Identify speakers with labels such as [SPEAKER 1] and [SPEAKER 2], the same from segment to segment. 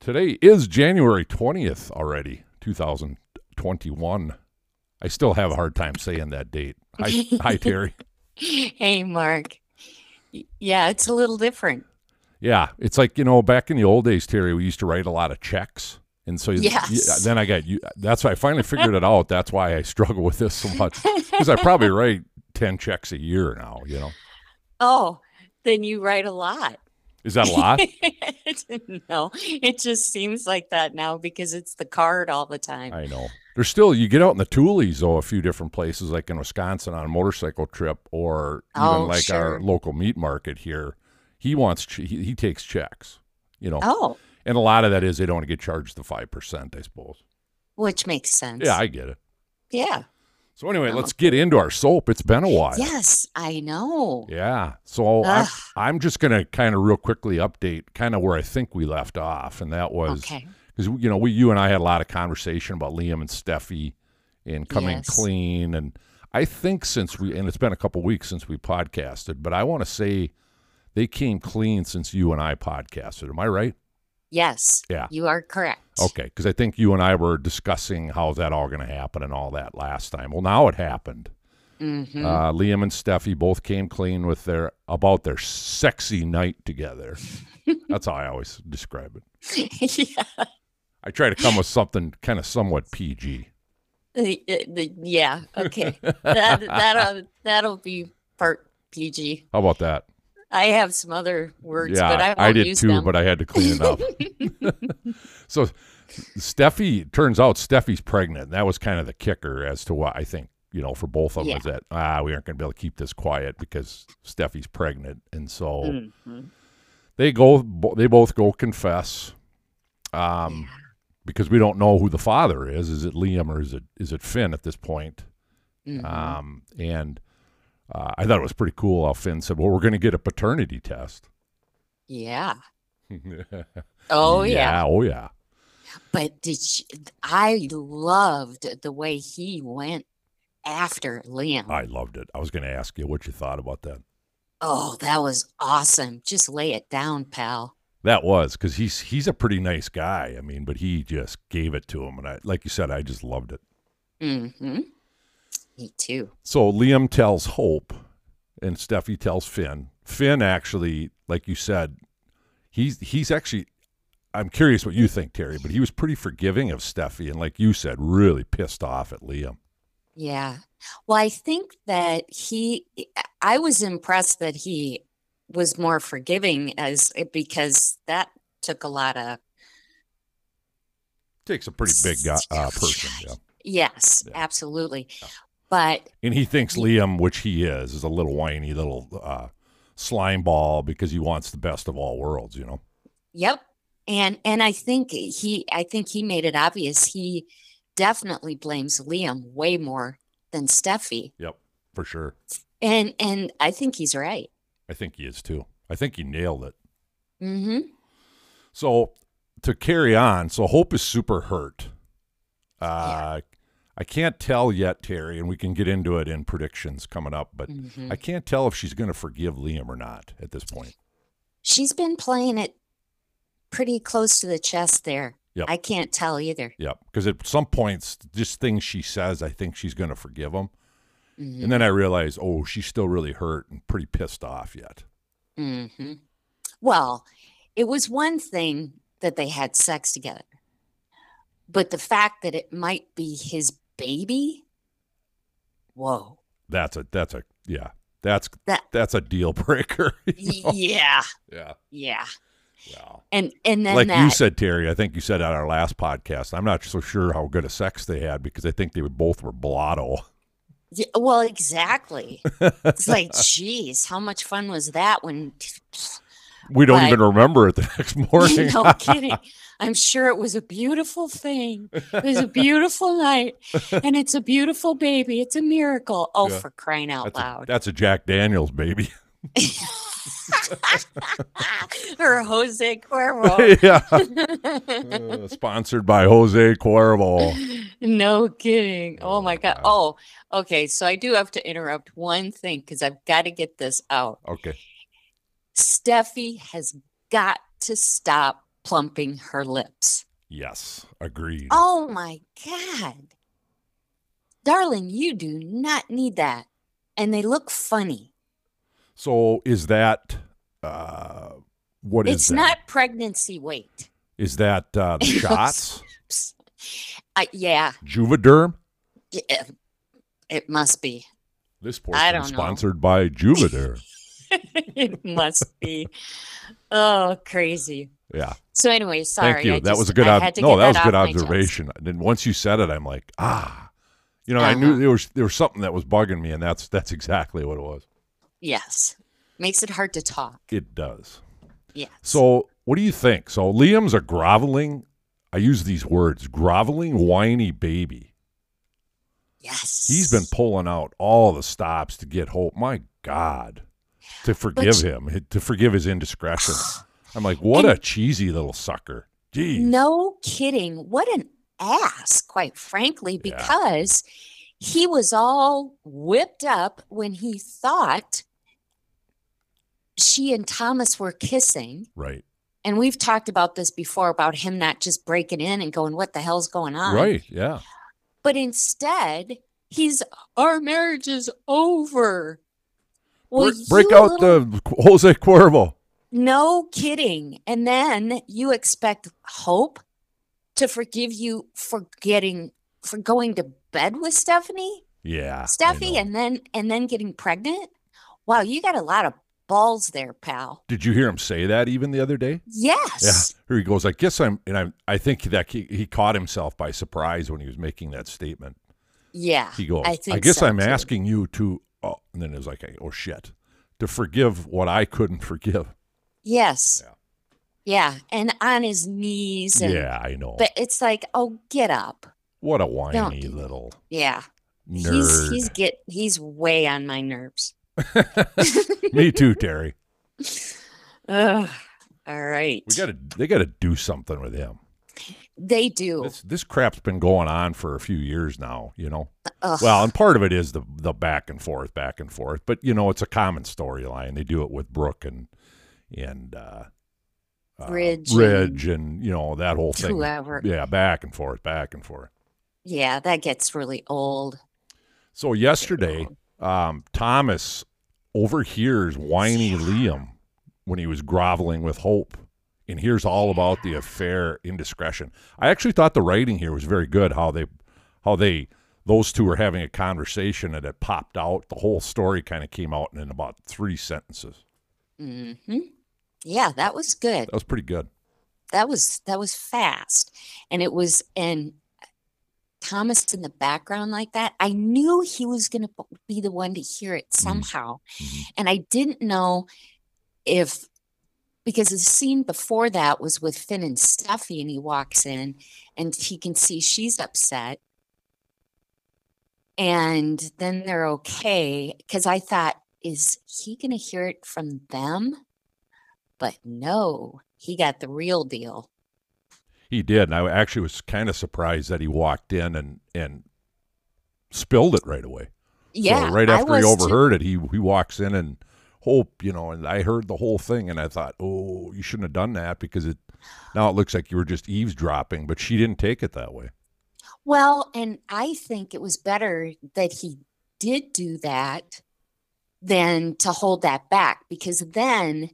[SPEAKER 1] Today is January 20th already, 2021. I still have a hard time saying that date. Hi, hi Terry.
[SPEAKER 2] Hey, Mark. Y- Yeah, it's a little different.
[SPEAKER 1] Yeah, it's like, you know, back in the old days, Terry, we used to write a lot of checks. And so
[SPEAKER 2] Yes.
[SPEAKER 1] yeah, then I got you. That's why I finally figured it out. That's why I struggle with this so much because I probably write 10 checks a year now, you know.
[SPEAKER 2] Oh, then you write a lot.
[SPEAKER 1] Is that a lot?
[SPEAKER 2] no, it just seems like that now because it's the card all the time.
[SPEAKER 1] I know. There's still you get out in the Toolies though a few different places like in Wisconsin on a motorcycle trip or even
[SPEAKER 2] Oh,
[SPEAKER 1] like our
[SPEAKER 2] sure.
[SPEAKER 1] local meat market here. He wants che- he, he takes checks, you know,
[SPEAKER 2] Oh,
[SPEAKER 1] and a lot of that is they don't want to get charged the five percent, I suppose.
[SPEAKER 2] which makes sense.
[SPEAKER 1] Yeah, I get it.
[SPEAKER 2] yeah.
[SPEAKER 1] So anyway,
[SPEAKER 2] Oh.
[SPEAKER 1] let's get into our soap. It's been a while.
[SPEAKER 2] Yes, I know.
[SPEAKER 1] Yeah. So I'm,
[SPEAKER 2] Ugh.
[SPEAKER 1] I'm just going to kind of real quickly update kind of where I think we left off. And that was
[SPEAKER 2] Okay.
[SPEAKER 1] because, you know, we, you and I had a lot of conversation about Liam and Steffi and coming
[SPEAKER 2] Yes.
[SPEAKER 1] clean. And I think since we, and it's been a couple weeks since we podcasted, but I want to say they came clean since you and I podcasted. Am I right?
[SPEAKER 2] Yes.
[SPEAKER 1] Yeah.
[SPEAKER 2] You are correct.
[SPEAKER 1] Okay. Because I think you and I were discussing how's that all going to happen and all that last time. Well, now it happened.
[SPEAKER 2] hmm
[SPEAKER 1] Uh, Liam and Steffi both came clean with their about their sexy night together. That's how I always describe it.
[SPEAKER 2] yeah.
[SPEAKER 1] I try to come with something kind of somewhat PG.
[SPEAKER 2] The- the- the- yeah. Okay. that, that'll, that'll be part PG.
[SPEAKER 1] How about that?
[SPEAKER 2] I have some other words,
[SPEAKER 1] yeah,
[SPEAKER 2] but I won't
[SPEAKER 1] I, did
[SPEAKER 2] use
[SPEAKER 1] too,
[SPEAKER 2] them.
[SPEAKER 1] but I had to clean it up. so Steffi turns out Steffi's pregnant. That was kind of the kicker as to what I think, you know, for both of them
[SPEAKER 2] Yeah.
[SPEAKER 1] is that ah, we aren't gonna be able to keep this quiet because Steffi's pregnant. And so
[SPEAKER 2] Mhm.
[SPEAKER 1] they go bo- they both go confess um because we don't know who the father is is it liam or is it is it finn at this point
[SPEAKER 2] Mhm.
[SPEAKER 1] um and uh, i thought it was pretty cool how finn said well we're going to get a paternity test
[SPEAKER 2] yeah. Oh yeah.
[SPEAKER 1] oh yeah
[SPEAKER 2] But did she, I loved the way he went after Liam.
[SPEAKER 1] i loved it i was going to ask you what you thought about that
[SPEAKER 2] oh, that was awesome. Just lay it down, pal.
[SPEAKER 1] that was because he's he's a pretty nice guy i mean but he just gave it to him and i like you said i just loved it
[SPEAKER 2] Mm-hmm. Me too.
[SPEAKER 1] So Liam tells Hope, and Steffi tells Finn. Finn actually, like you said, he's he's actually. I'm curious what you think, Terry, but he was pretty forgiving of Steffi, and like you said, really pissed off at Liam.
[SPEAKER 2] Yeah. Well, I think that he, I was impressed that he was more forgiving as because that took a lot of
[SPEAKER 1] Takes a pretty big guy, uh, person, yeah.
[SPEAKER 2] yes
[SPEAKER 1] Yeah.
[SPEAKER 2] absolutely
[SPEAKER 1] Yeah.
[SPEAKER 2] but
[SPEAKER 1] and he thinks Liam, which he is, is a little whiny little uh, slime ball because he wants the best of all worlds. You know,
[SPEAKER 2] Yep. And and I think he I think he made it obvious he definitely blames Liam way more than Steffi.
[SPEAKER 1] for sure.
[SPEAKER 2] And and I think he's right.
[SPEAKER 1] I think he is too. I think he nailed it.
[SPEAKER 2] hmm
[SPEAKER 1] So to carry on, so Hope is super hurt. Uh, I can't tell yet, Terry, and we can get into it in predictions coming up, but
[SPEAKER 2] hmm
[SPEAKER 1] I can't tell if she's going to forgive Liam or not at this point.
[SPEAKER 2] She's been playing it pretty close to the chest there.
[SPEAKER 1] Yep.
[SPEAKER 2] I can't tell either.
[SPEAKER 1] Yep. Because at some points, just things she says, I think she's going to forgive him.
[SPEAKER 2] hmm
[SPEAKER 1] And then I realize, oh, she's still really hurt and pretty pissed off yet.
[SPEAKER 2] hmm Well, it was one thing that they had sex together. But the fact that it might be his baby, whoa.
[SPEAKER 1] That's a, that's a, yeah, that's,
[SPEAKER 2] That-
[SPEAKER 1] that's a deal breaker. you know?
[SPEAKER 2] Yeah.
[SPEAKER 1] yeah.
[SPEAKER 2] Yeah.
[SPEAKER 1] Yeah.
[SPEAKER 2] And and then
[SPEAKER 1] like
[SPEAKER 2] that
[SPEAKER 1] you said, Terry, I think you said on our last podcast, I'm not so sure how good a sex they had because I think they were both were blotto.
[SPEAKER 2] Yeah, well, exactly. It's like, geez, how much fun was that when
[SPEAKER 1] We don't
[SPEAKER 2] Right.
[SPEAKER 1] even remember it the next morning.
[SPEAKER 2] no kidding. I'm sure it was a beautiful thing. It was a beautiful night. And it's a beautiful baby. It's a miracle. Oh,
[SPEAKER 1] Yeah.
[SPEAKER 2] for crying out
[SPEAKER 1] that's, a,
[SPEAKER 2] loud.
[SPEAKER 1] that's a Jack Daniels baby.
[SPEAKER 2] Ah, or Jose Cuervo.
[SPEAKER 1] yeah, Uh, sponsored by Jose Cuervo.
[SPEAKER 2] no kidding. Oh my God.
[SPEAKER 1] Oh,
[SPEAKER 2] Oh, okay. So I do have to interrupt one thing because I've got to get this out.
[SPEAKER 1] Okay,
[SPEAKER 2] Steffi has got to stop plumping her lips.
[SPEAKER 1] Yes, agreed.
[SPEAKER 2] Oh my God. Darling, you do not need that. And they look funny.
[SPEAKER 1] So is that uh, what is
[SPEAKER 2] it's
[SPEAKER 1] that?
[SPEAKER 2] not pregnancy weight.
[SPEAKER 1] Is that uh, the shots?
[SPEAKER 2] I, yeah,
[SPEAKER 1] Juvederm.
[SPEAKER 2] yeah, it must be.
[SPEAKER 1] This
[SPEAKER 2] I
[SPEAKER 1] portion
[SPEAKER 2] don't
[SPEAKER 1] is
[SPEAKER 2] know.
[SPEAKER 1] sponsored by Juvederm.
[SPEAKER 2] it must be. Oh, crazy.
[SPEAKER 1] Yeah,
[SPEAKER 2] So anyway, sorry.
[SPEAKER 1] thank you.
[SPEAKER 2] I
[SPEAKER 1] that was
[SPEAKER 2] just-
[SPEAKER 1] a good.
[SPEAKER 2] I
[SPEAKER 1] ob-
[SPEAKER 2] had to
[SPEAKER 1] no,
[SPEAKER 2] get
[SPEAKER 1] that was a good
[SPEAKER 2] off my chest.
[SPEAKER 1] observation. And then once you said it, I'm like, ah, you know, I knew
[SPEAKER 2] Uh-huh.
[SPEAKER 1] there was there was something that was bugging me, and that's that's exactly what it was.
[SPEAKER 2] Yes, makes it hard to talk.
[SPEAKER 1] It does.
[SPEAKER 2] Yes.
[SPEAKER 1] So, what do you think? So, Liam's a groveling. I use these words: groveling, whiny baby.
[SPEAKER 2] yes,
[SPEAKER 1] He's been pulling out all the stops to get hope. My God, to forgive him, to forgive his indiscretion. I'm like, what a cheesy little sucker. Geez.
[SPEAKER 2] No kidding. What an ass, quite frankly,
[SPEAKER 1] Yeah.
[SPEAKER 2] because he was all whipped up when he thought she and Thomas were kissing.
[SPEAKER 1] Right.
[SPEAKER 2] And we've talked about this before about him not just breaking in and going, What the hell's going on?
[SPEAKER 1] Right. Yeah.
[SPEAKER 2] But instead, he's, Our marriage is over. Well,
[SPEAKER 1] break break
[SPEAKER 2] you
[SPEAKER 1] out
[SPEAKER 2] little
[SPEAKER 1] the Jose Cuervo.
[SPEAKER 2] No kidding. And then you expect hope to forgive you for getting for going to bed with Stephanie,
[SPEAKER 1] Yeah. Ah, I
[SPEAKER 2] Steffi,
[SPEAKER 1] know.
[SPEAKER 2] and then and then getting pregnant. Wow, you got a lot of balls there, pal.
[SPEAKER 1] Did you hear him say that even the other day? Yeah.
[SPEAKER 2] Yes.
[SPEAKER 1] Here he goes. I guess I'm, and I'm. I think that he, he caught himself by surprise when he was making that statement.
[SPEAKER 2] Yeah.
[SPEAKER 1] He goes.
[SPEAKER 2] I think
[SPEAKER 1] guess
[SPEAKER 2] so,
[SPEAKER 1] I'm
[SPEAKER 2] too."
[SPEAKER 1] asking you to. Oh, and then it was like, oh shit, to forgive what I couldn't forgive.
[SPEAKER 2] Yes.
[SPEAKER 1] Yeah.
[SPEAKER 2] Yeah. And on his knees and
[SPEAKER 1] yeah, I know.
[SPEAKER 2] but it's like, oh get up.
[SPEAKER 1] what a whiny
[SPEAKER 2] do that.
[SPEAKER 1] little
[SPEAKER 2] Yeah.
[SPEAKER 1] nerd.
[SPEAKER 2] He's he's get he's way on my nerves.
[SPEAKER 1] Me too, Terry.
[SPEAKER 2] Ugh. All right.
[SPEAKER 1] We got to. They got to do something with him.
[SPEAKER 2] they do.
[SPEAKER 1] This this crap's been going on for a few years now. You know.
[SPEAKER 2] Ugh.
[SPEAKER 1] Well, and part of it is the the back and forth, back and forth. But you know, it's a common storyline. They do it with Brooke and and uh, uh,
[SPEAKER 2] Ridge
[SPEAKER 1] Ridge, and you know that whole thing.
[SPEAKER 2] whoever.
[SPEAKER 1] Yeah, back and forth, back and forth.
[SPEAKER 2] Yeah, that gets really old.
[SPEAKER 1] So yesterday, um, Thomas overhears whiny Liam when he was groveling with hope, and hears all about the affair indiscretion. I actually thought the writing here was very good. How they, how they, those two were having a conversation, and it popped out. The whole story kind of came out in about three sentences.
[SPEAKER 2] hmm Yeah, that was good.
[SPEAKER 1] That was pretty good.
[SPEAKER 2] That was that was fast, and it was and Thomas in the background like that. I knew he was going to be the one to hear it somehow,
[SPEAKER 1] Mhm.
[SPEAKER 2] and I didn't know if because the scene before that was with Finn and Steffi, and he walks in and he can see she's upset. And then they're okay. Cause I thought, is he going to hear it from them? But no, he got the real deal.
[SPEAKER 1] He did, and I actually was kind of surprised that he walked in and and spilled it right away.
[SPEAKER 2] Yeah.
[SPEAKER 1] So right
[SPEAKER 2] I
[SPEAKER 1] after he
[SPEAKER 2] was too.
[SPEAKER 1] overheard it, he he walks in and hope, you know, and I heard the whole thing and I thought, "Oh, you shouldn't have done that because it now it looks like you were just eavesdropping, but she didn't take it that way."
[SPEAKER 2] Well, and I think it was better that he did do that than to hold that back because then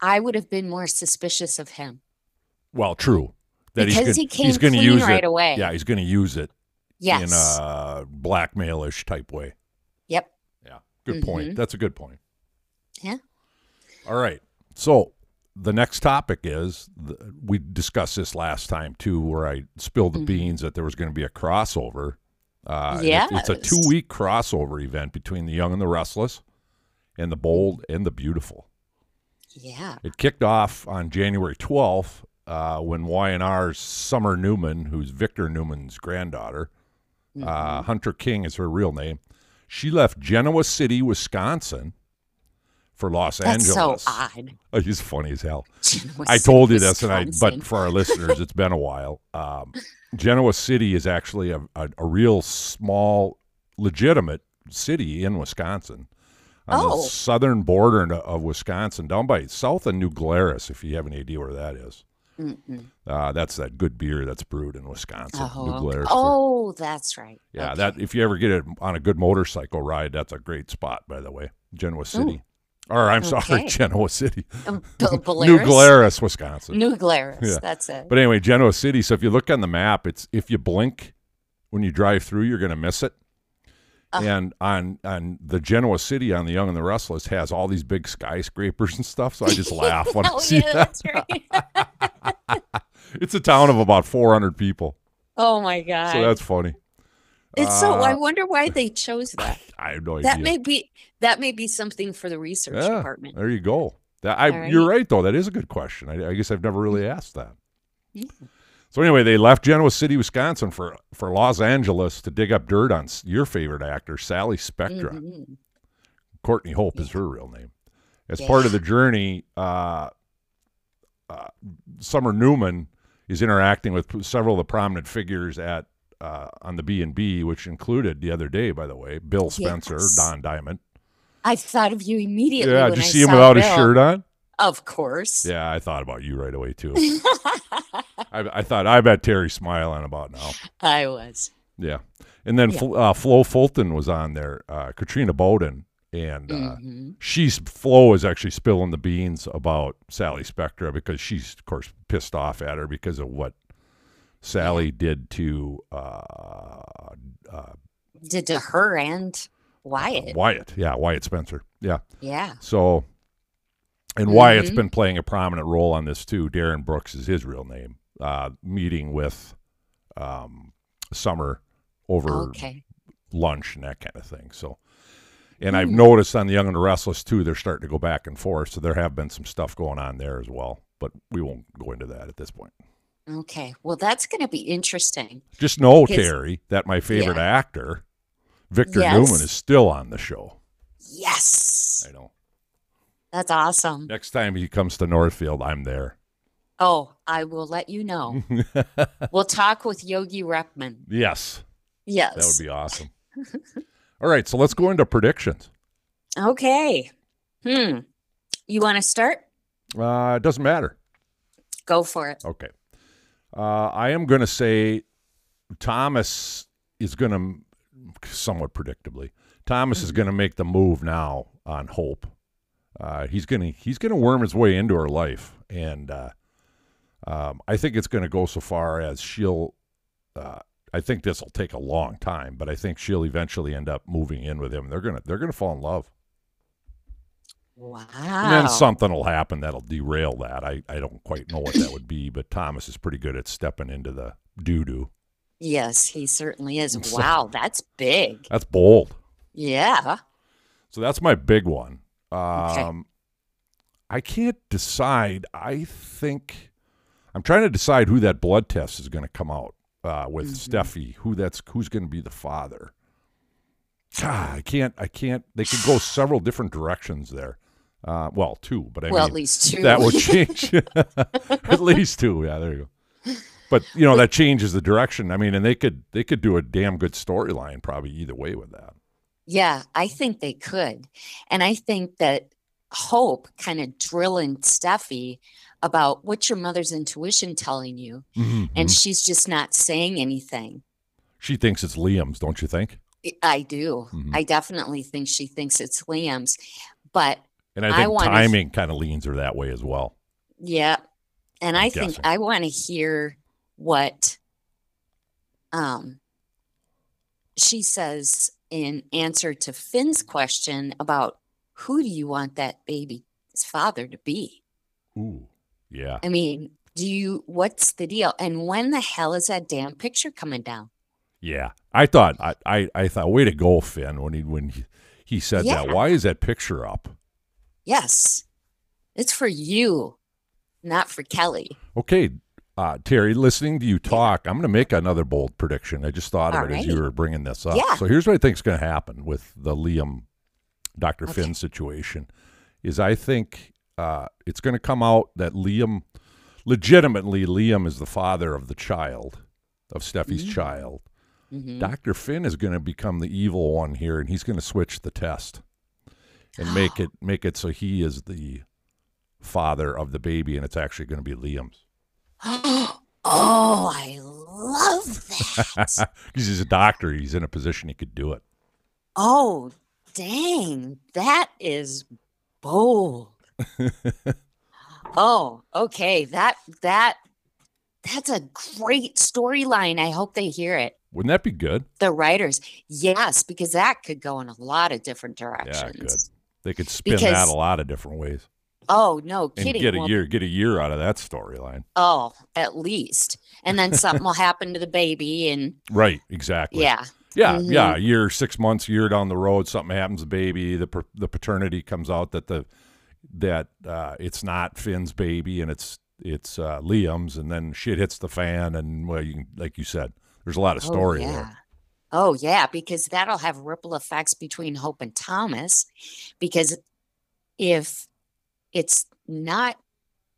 [SPEAKER 2] I would have been more suspicious of him
[SPEAKER 1] Well, true. That he's
[SPEAKER 2] because
[SPEAKER 1] gonna,
[SPEAKER 2] he came
[SPEAKER 1] he's gonna
[SPEAKER 2] clean
[SPEAKER 1] use
[SPEAKER 2] right
[SPEAKER 1] it.
[SPEAKER 2] away.
[SPEAKER 1] Yeah, he's going to use it
[SPEAKER 2] Yes.
[SPEAKER 1] in uh, a blackmailish type way.
[SPEAKER 2] Yep.
[SPEAKER 1] Yeah. Good
[SPEAKER 2] Mhm.
[SPEAKER 1] point. That's a good point.
[SPEAKER 2] Yeah.
[SPEAKER 1] All right. So the next topic is th- we discussed this last time too, where I spilled the
[SPEAKER 2] Mhm.
[SPEAKER 1] beans that there was going to be a crossover. Uh, and it- It's a
[SPEAKER 2] Yes.
[SPEAKER 1] two week crossover event between the young and the restless and the bold and the beautiful.
[SPEAKER 2] Yeah.
[SPEAKER 1] It kicked off on January 12th uh, when Y&R's Summer Newman, who's Victor Newman's granddaughter,
[SPEAKER 2] Mm-hmm.
[SPEAKER 1] uh, Hunter King is her real name. She left Genoa City, Wisconsin, for Los
[SPEAKER 2] That's
[SPEAKER 1] Angeles.
[SPEAKER 2] so odd.
[SPEAKER 1] Oh, he's funny as hell.
[SPEAKER 2] Genoa
[SPEAKER 1] I
[SPEAKER 2] City,
[SPEAKER 1] told you this, and I.
[SPEAKER 2] Wisconsin.
[SPEAKER 1] But for our listeners, it's been a while. Um, Genoa City is actually a, a, a real small, legitimate city in Wisconsin, on
[SPEAKER 2] Oh.
[SPEAKER 1] the southern border n- of Wisconsin, down by south of New Glarus. If you have any idea where that is,
[SPEAKER 2] Mm-mm.
[SPEAKER 1] Uh, that's that good beer that's brewed in Wisconsin.
[SPEAKER 2] Oh,
[SPEAKER 1] New
[SPEAKER 2] okay.
[SPEAKER 1] Glarus.
[SPEAKER 2] Oh, that's right.
[SPEAKER 1] yeah.
[SPEAKER 2] Okay.
[SPEAKER 1] That if you ever get it on a good motorcycle ride, that's a great spot. By the way, Genoa City, or I'm sorry,
[SPEAKER 2] Okay.
[SPEAKER 1] Genoa City,
[SPEAKER 2] Um, B-
[SPEAKER 1] New
[SPEAKER 2] Belarus?
[SPEAKER 1] Glarus, Wisconsin.
[SPEAKER 2] New Glarus.
[SPEAKER 1] Yeah.
[SPEAKER 2] That's it.
[SPEAKER 1] But anyway, Genoa City. So if you look on the map, it's if you blink when you drive through, you're going to miss it.
[SPEAKER 2] Ah.
[SPEAKER 1] And on on the Genoa City on the Young and the Restless has all these big skyscrapers and stuff. So I just laugh when I
[SPEAKER 2] oh,
[SPEAKER 1] see
[SPEAKER 2] yeah,
[SPEAKER 1] that.
[SPEAKER 2] that's right.
[SPEAKER 1] It's a town of about 400 people,
[SPEAKER 2] oh my god.
[SPEAKER 1] so that's funny.
[SPEAKER 2] it's so.
[SPEAKER 1] uh,
[SPEAKER 2] I wonder why they chose that.
[SPEAKER 1] I have no
[SPEAKER 2] That
[SPEAKER 1] idea.
[SPEAKER 2] may be that may be something for the research
[SPEAKER 1] Yeah,
[SPEAKER 2] department.
[SPEAKER 1] There you go. That I,
[SPEAKER 2] All right. Mm-hmm.
[SPEAKER 1] you're right though. That is a good question. I, I guess I've never really asked that.
[SPEAKER 2] Yeah.
[SPEAKER 1] So anyway, they left Genoa City, Wisconsin for for Los Angeles to dig up dirt on s- your favorite actor, Sally Spectra.
[SPEAKER 2] Mhm.
[SPEAKER 1] Courtney Hope is her real name. As part of the journey, uh, uh, Summer Newman is interacting with several of the prominent figures at uh, on the B and B, which included the other day, by the way, Bill Spencer,
[SPEAKER 2] Yes.
[SPEAKER 1] Don Diamond.
[SPEAKER 2] I thought of you immediately.
[SPEAKER 1] Yeah,
[SPEAKER 2] when
[SPEAKER 1] did you
[SPEAKER 2] I
[SPEAKER 1] see him
[SPEAKER 2] saw
[SPEAKER 1] without his
[SPEAKER 2] Bill.
[SPEAKER 1] shirt on?
[SPEAKER 2] Of course.
[SPEAKER 1] Yeah, I thought about you right away too.
[SPEAKER 2] I
[SPEAKER 1] I, I thought I bet Terry's smiling about now.
[SPEAKER 2] was.
[SPEAKER 1] Yeah, and then
[SPEAKER 2] Yeah.
[SPEAKER 1] Fl- uh, Flo Fulton was on there, uh, Katrina Bowden, and uh,
[SPEAKER 2] Mhm.
[SPEAKER 1] she's Flo is actually spilling the beans about Sally Spectra because she's of course pissed off at her because of what Sally did to uh, uh,
[SPEAKER 2] Did to her and Wyatt.
[SPEAKER 1] Wyatt. Yeah, Wyatt Spencer. Yeah,
[SPEAKER 2] Yeah.
[SPEAKER 1] so and Wyatt's
[SPEAKER 2] Mhm.
[SPEAKER 1] been playing a prominent role on this too. Darren Brooks is his real name. Uh, meeting with um, Summer over
[SPEAKER 2] Okay.
[SPEAKER 1] lunch and that kind of thing. So, and I've
[SPEAKER 2] Hmm.
[SPEAKER 1] noticed on the Young and the Restless too, they're starting to go back and forth. So there have been some stuff going on there as well, but we won't go into that at this point.
[SPEAKER 2] Okay. Well, that's going to be interesting.
[SPEAKER 1] Just know,
[SPEAKER 2] Yes.
[SPEAKER 1] Terry, that my favorite actor, Victor
[SPEAKER 2] Yes.
[SPEAKER 1] Newman, is still on the show.
[SPEAKER 2] Yes.
[SPEAKER 1] I know.
[SPEAKER 2] That's awesome.
[SPEAKER 1] Next time he comes to Northfield, I'm there.
[SPEAKER 2] Oh, I will let you know. we'll talk with Yogi Repman.
[SPEAKER 1] Yes,
[SPEAKER 2] Yes.
[SPEAKER 1] that would be awesome. All right, so let's go into predictions.
[SPEAKER 2] Okay. Hmm. You want to start?
[SPEAKER 1] Uh, it doesn't matter.
[SPEAKER 2] Go for it.
[SPEAKER 1] Okay. Uh, I am going to say Thomas is going to, somewhat predictably, Thomas is going to make the move now on Hope. Uh, he's going to he's going to worm his way into her life, and uh, um, I think it's going to go so far as she'll. Uh, I think this will take a long time, but I think she'll eventually end up moving in with him. They're gonna they're gonna fall in love,
[SPEAKER 2] Wow.
[SPEAKER 1] and
[SPEAKER 2] Oh.
[SPEAKER 1] then something will happen that'll derail that. I I don't quite know what that would be, but Thomas is pretty good at stepping into the doo doo.
[SPEAKER 2] Yes, he certainly is.
[SPEAKER 1] So-
[SPEAKER 2] Wow, that's big.
[SPEAKER 1] That's bold.
[SPEAKER 2] Yeah.
[SPEAKER 1] So that's my big one. Um,
[SPEAKER 2] Okay.
[SPEAKER 1] I can't decide. I think I'm trying to decide who that blood test is going to come out uh, with
[SPEAKER 2] Mhm.
[SPEAKER 1] Steffi. Who that's who's going to be the father? Ah, I can't. I can't. They could go several different directions there. Uh, well, two, but I
[SPEAKER 2] well, at
[SPEAKER 1] mean
[SPEAKER 2] least two.
[SPEAKER 1] that would change at least two. Yeah, there you go. But you know that changes the direction. I mean, and they could they could do a damn good storyline probably either way with that.
[SPEAKER 2] Yeah, I think they could. And I think that Hope kind of drilling Steffi about what's your mother's intuition telling you?
[SPEAKER 1] Mm-hmm.
[SPEAKER 2] And she's just not saying anything.
[SPEAKER 1] She thinks it's Liam's, don't you think?
[SPEAKER 2] I- I do.
[SPEAKER 1] Mhm.
[SPEAKER 2] I definitely think she thinks it's Liam's. But
[SPEAKER 1] And I
[SPEAKER 2] I
[SPEAKER 1] think
[SPEAKER 2] wanna-
[SPEAKER 1] timing kind of leans her that way as well.
[SPEAKER 2] yeah. And
[SPEAKER 1] I'm
[SPEAKER 2] i think
[SPEAKER 1] guessing.
[SPEAKER 2] I want to hear what um she says in answer to Finn's question about who do you want that baby's father to be?
[SPEAKER 1] Ooh, yeah.
[SPEAKER 2] I mean, do you what's the deal? And when the hell is that damn picture coming down?
[SPEAKER 1] Yeah, I thought I, I, I thought way to go, Finn, when he when he, he said that.
[SPEAKER 2] Yeah.
[SPEAKER 1] Why is that picture up?
[SPEAKER 2] Yes. It's for you, not for Kelly.
[SPEAKER 1] Okay, uh, Terry, listening to you talk, I'm going to make another bold prediction. I just thought of it as you
[SPEAKER 2] Alrighty.
[SPEAKER 1] were bringing this up.
[SPEAKER 2] Yeah.
[SPEAKER 1] So here's what I think is going to happen with the Liam, Doctor
[SPEAKER 2] Okay.
[SPEAKER 1] Finn situation, is I think uh, it's going to come out that Liam, legitimately, Liam is the father of the child, of Steffi's
[SPEAKER 2] Mm.
[SPEAKER 1] child.
[SPEAKER 2] Mhm.
[SPEAKER 1] Dr. Finn is going to become the evil one here and he's going to switch the test and make it make it so he is the father of the baby and it's actually going to be Liam's.
[SPEAKER 2] oh, I love that.
[SPEAKER 1] Because he's a doctor, he's in a position he could do it.
[SPEAKER 2] Oh, dang. That is bold. oh, okay. That that that's a great storyline. I hope they hear it.
[SPEAKER 1] Wouldn't that be good?
[SPEAKER 2] The writers. Yes, because that could go in a lot of different directions.
[SPEAKER 1] Yeah, it could. They could spin that
[SPEAKER 2] Because-
[SPEAKER 1] a lot of different ways
[SPEAKER 2] Oh, no
[SPEAKER 1] and
[SPEAKER 2] kidding.
[SPEAKER 1] get a
[SPEAKER 2] Well,
[SPEAKER 1] year get a year out of that storyline.
[SPEAKER 2] Oh, at least. And then something will happen to the baby and
[SPEAKER 1] Right, exactly.
[SPEAKER 2] yeah.
[SPEAKER 1] yeah,
[SPEAKER 2] Mhm.
[SPEAKER 1] yeah. A year, six months, a year down the road, something happens. to baby, the pa- the paternity comes out that the that uh, it's not Finn's baby and it's it's uh, Liam's, and then shit hits the fan, and well, you can, like you said, there's a lot of story
[SPEAKER 2] oh, yeah.
[SPEAKER 1] there.
[SPEAKER 2] Oh yeah, because that'll have ripple effects between Hope and Thomas because if it's not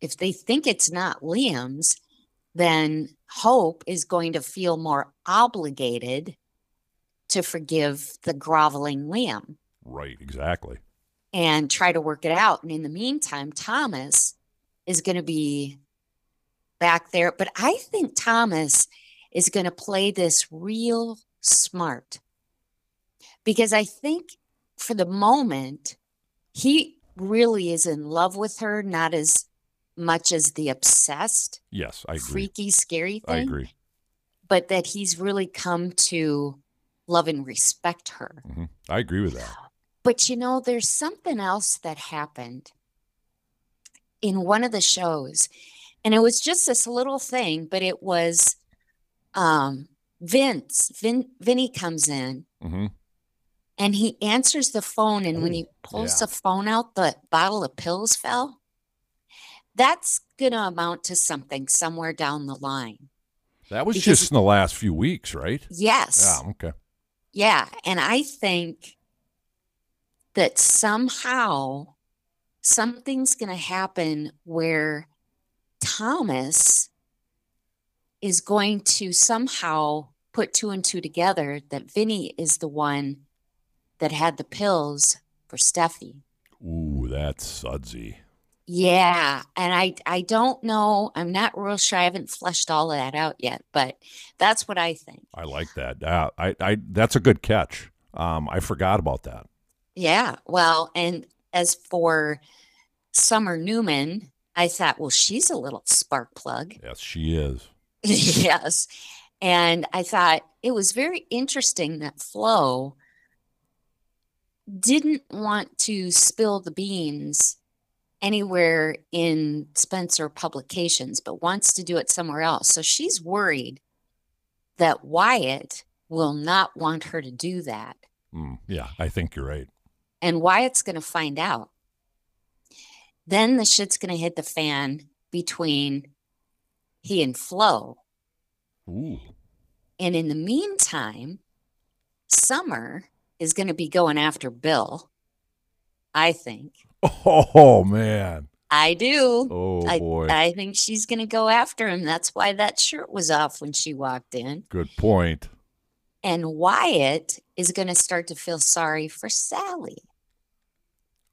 [SPEAKER 2] if they think it's not Liam's, then Hope is going to feel more obligated to forgive the groveling Liam
[SPEAKER 1] Right, exactly.
[SPEAKER 2] and try to work it out. And in the meantime, Thomas is going to be back there. But I think Thomas is going to play this real smart because I think for the moment, he really is in love with her, not as much as the obsessed,
[SPEAKER 1] Yes, I agree.
[SPEAKER 2] freaky, scary
[SPEAKER 1] I
[SPEAKER 2] thing,
[SPEAKER 1] agree.
[SPEAKER 2] but that he's really come to love and respect her.
[SPEAKER 1] I agree with that.
[SPEAKER 2] But you know, there's something else that happened in one of the shows. And it was just this little thing, but it was um, Vince. Vin, Vinny comes in
[SPEAKER 1] hmm
[SPEAKER 2] and he answers the phone. And when
[SPEAKER 1] Oh,
[SPEAKER 2] he pulls
[SPEAKER 1] yeah.
[SPEAKER 2] the phone out, the bottle of pills fell. That's going to amount to something somewhere down the line.
[SPEAKER 1] That was
[SPEAKER 2] Because-
[SPEAKER 1] just in the last few weeks, right?
[SPEAKER 2] Yes.
[SPEAKER 1] Yeah. Okay.
[SPEAKER 2] Yeah. And I think that somehow something's going to happen where Thomas is going to somehow put two and two together that Vinny is the one that had the pills for Steffi.
[SPEAKER 1] Ooh, that's sudsy.
[SPEAKER 2] Yeah, and I I don't know. I'm not real sure. I haven't fleshed all of that out yet, but that's what I think.
[SPEAKER 1] I like that. Uh, I, I, that's a good catch. Um, I forgot about that.
[SPEAKER 2] Yeah. Well, and as for Summer Newman, I thought, well, she's a little spark plug.
[SPEAKER 1] Yes, she is.
[SPEAKER 2] Yes. And I thought it was very interesting that Flo didn't want to spill the beans anywhere in Spencer Publications, but wants to do it somewhere else. So she's worried that Wyatt will not want her to do that.
[SPEAKER 1] Mm, yeah, I think you're right.
[SPEAKER 2] and Wyatt's going to find out. Then the shit's going to hit the fan between he and Flo.
[SPEAKER 1] Ooh.
[SPEAKER 2] And in the meantime, Summer is going to be going after Bill. I think.
[SPEAKER 1] Oh man.
[SPEAKER 2] I do.
[SPEAKER 1] Oh boy.
[SPEAKER 2] I think she's going to go after him. That's why that shirt was off when she walked in.
[SPEAKER 1] good point.
[SPEAKER 2] And Wyatt is going to start to feel sorry for Sally.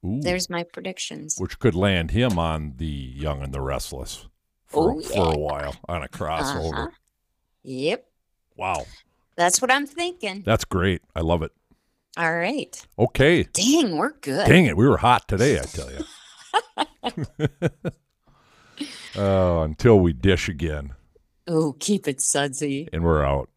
[SPEAKER 1] Ooh.
[SPEAKER 2] There's my predictions.
[SPEAKER 1] Which could land him on the Young and the Restless for,
[SPEAKER 2] Oh,
[SPEAKER 1] for a
[SPEAKER 2] yeah.
[SPEAKER 1] while on a crossover.
[SPEAKER 2] Uh-huh. Yep.
[SPEAKER 1] Wow,
[SPEAKER 2] That's what I'm thinking.
[SPEAKER 1] that's great. I love it.
[SPEAKER 2] All right.
[SPEAKER 1] Okay.
[SPEAKER 2] Dang, we're good.
[SPEAKER 1] Dang it, we were hot today. I tell you. Oh, until we dish again,
[SPEAKER 2] Oh, keep it sudsy.
[SPEAKER 1] and we're out.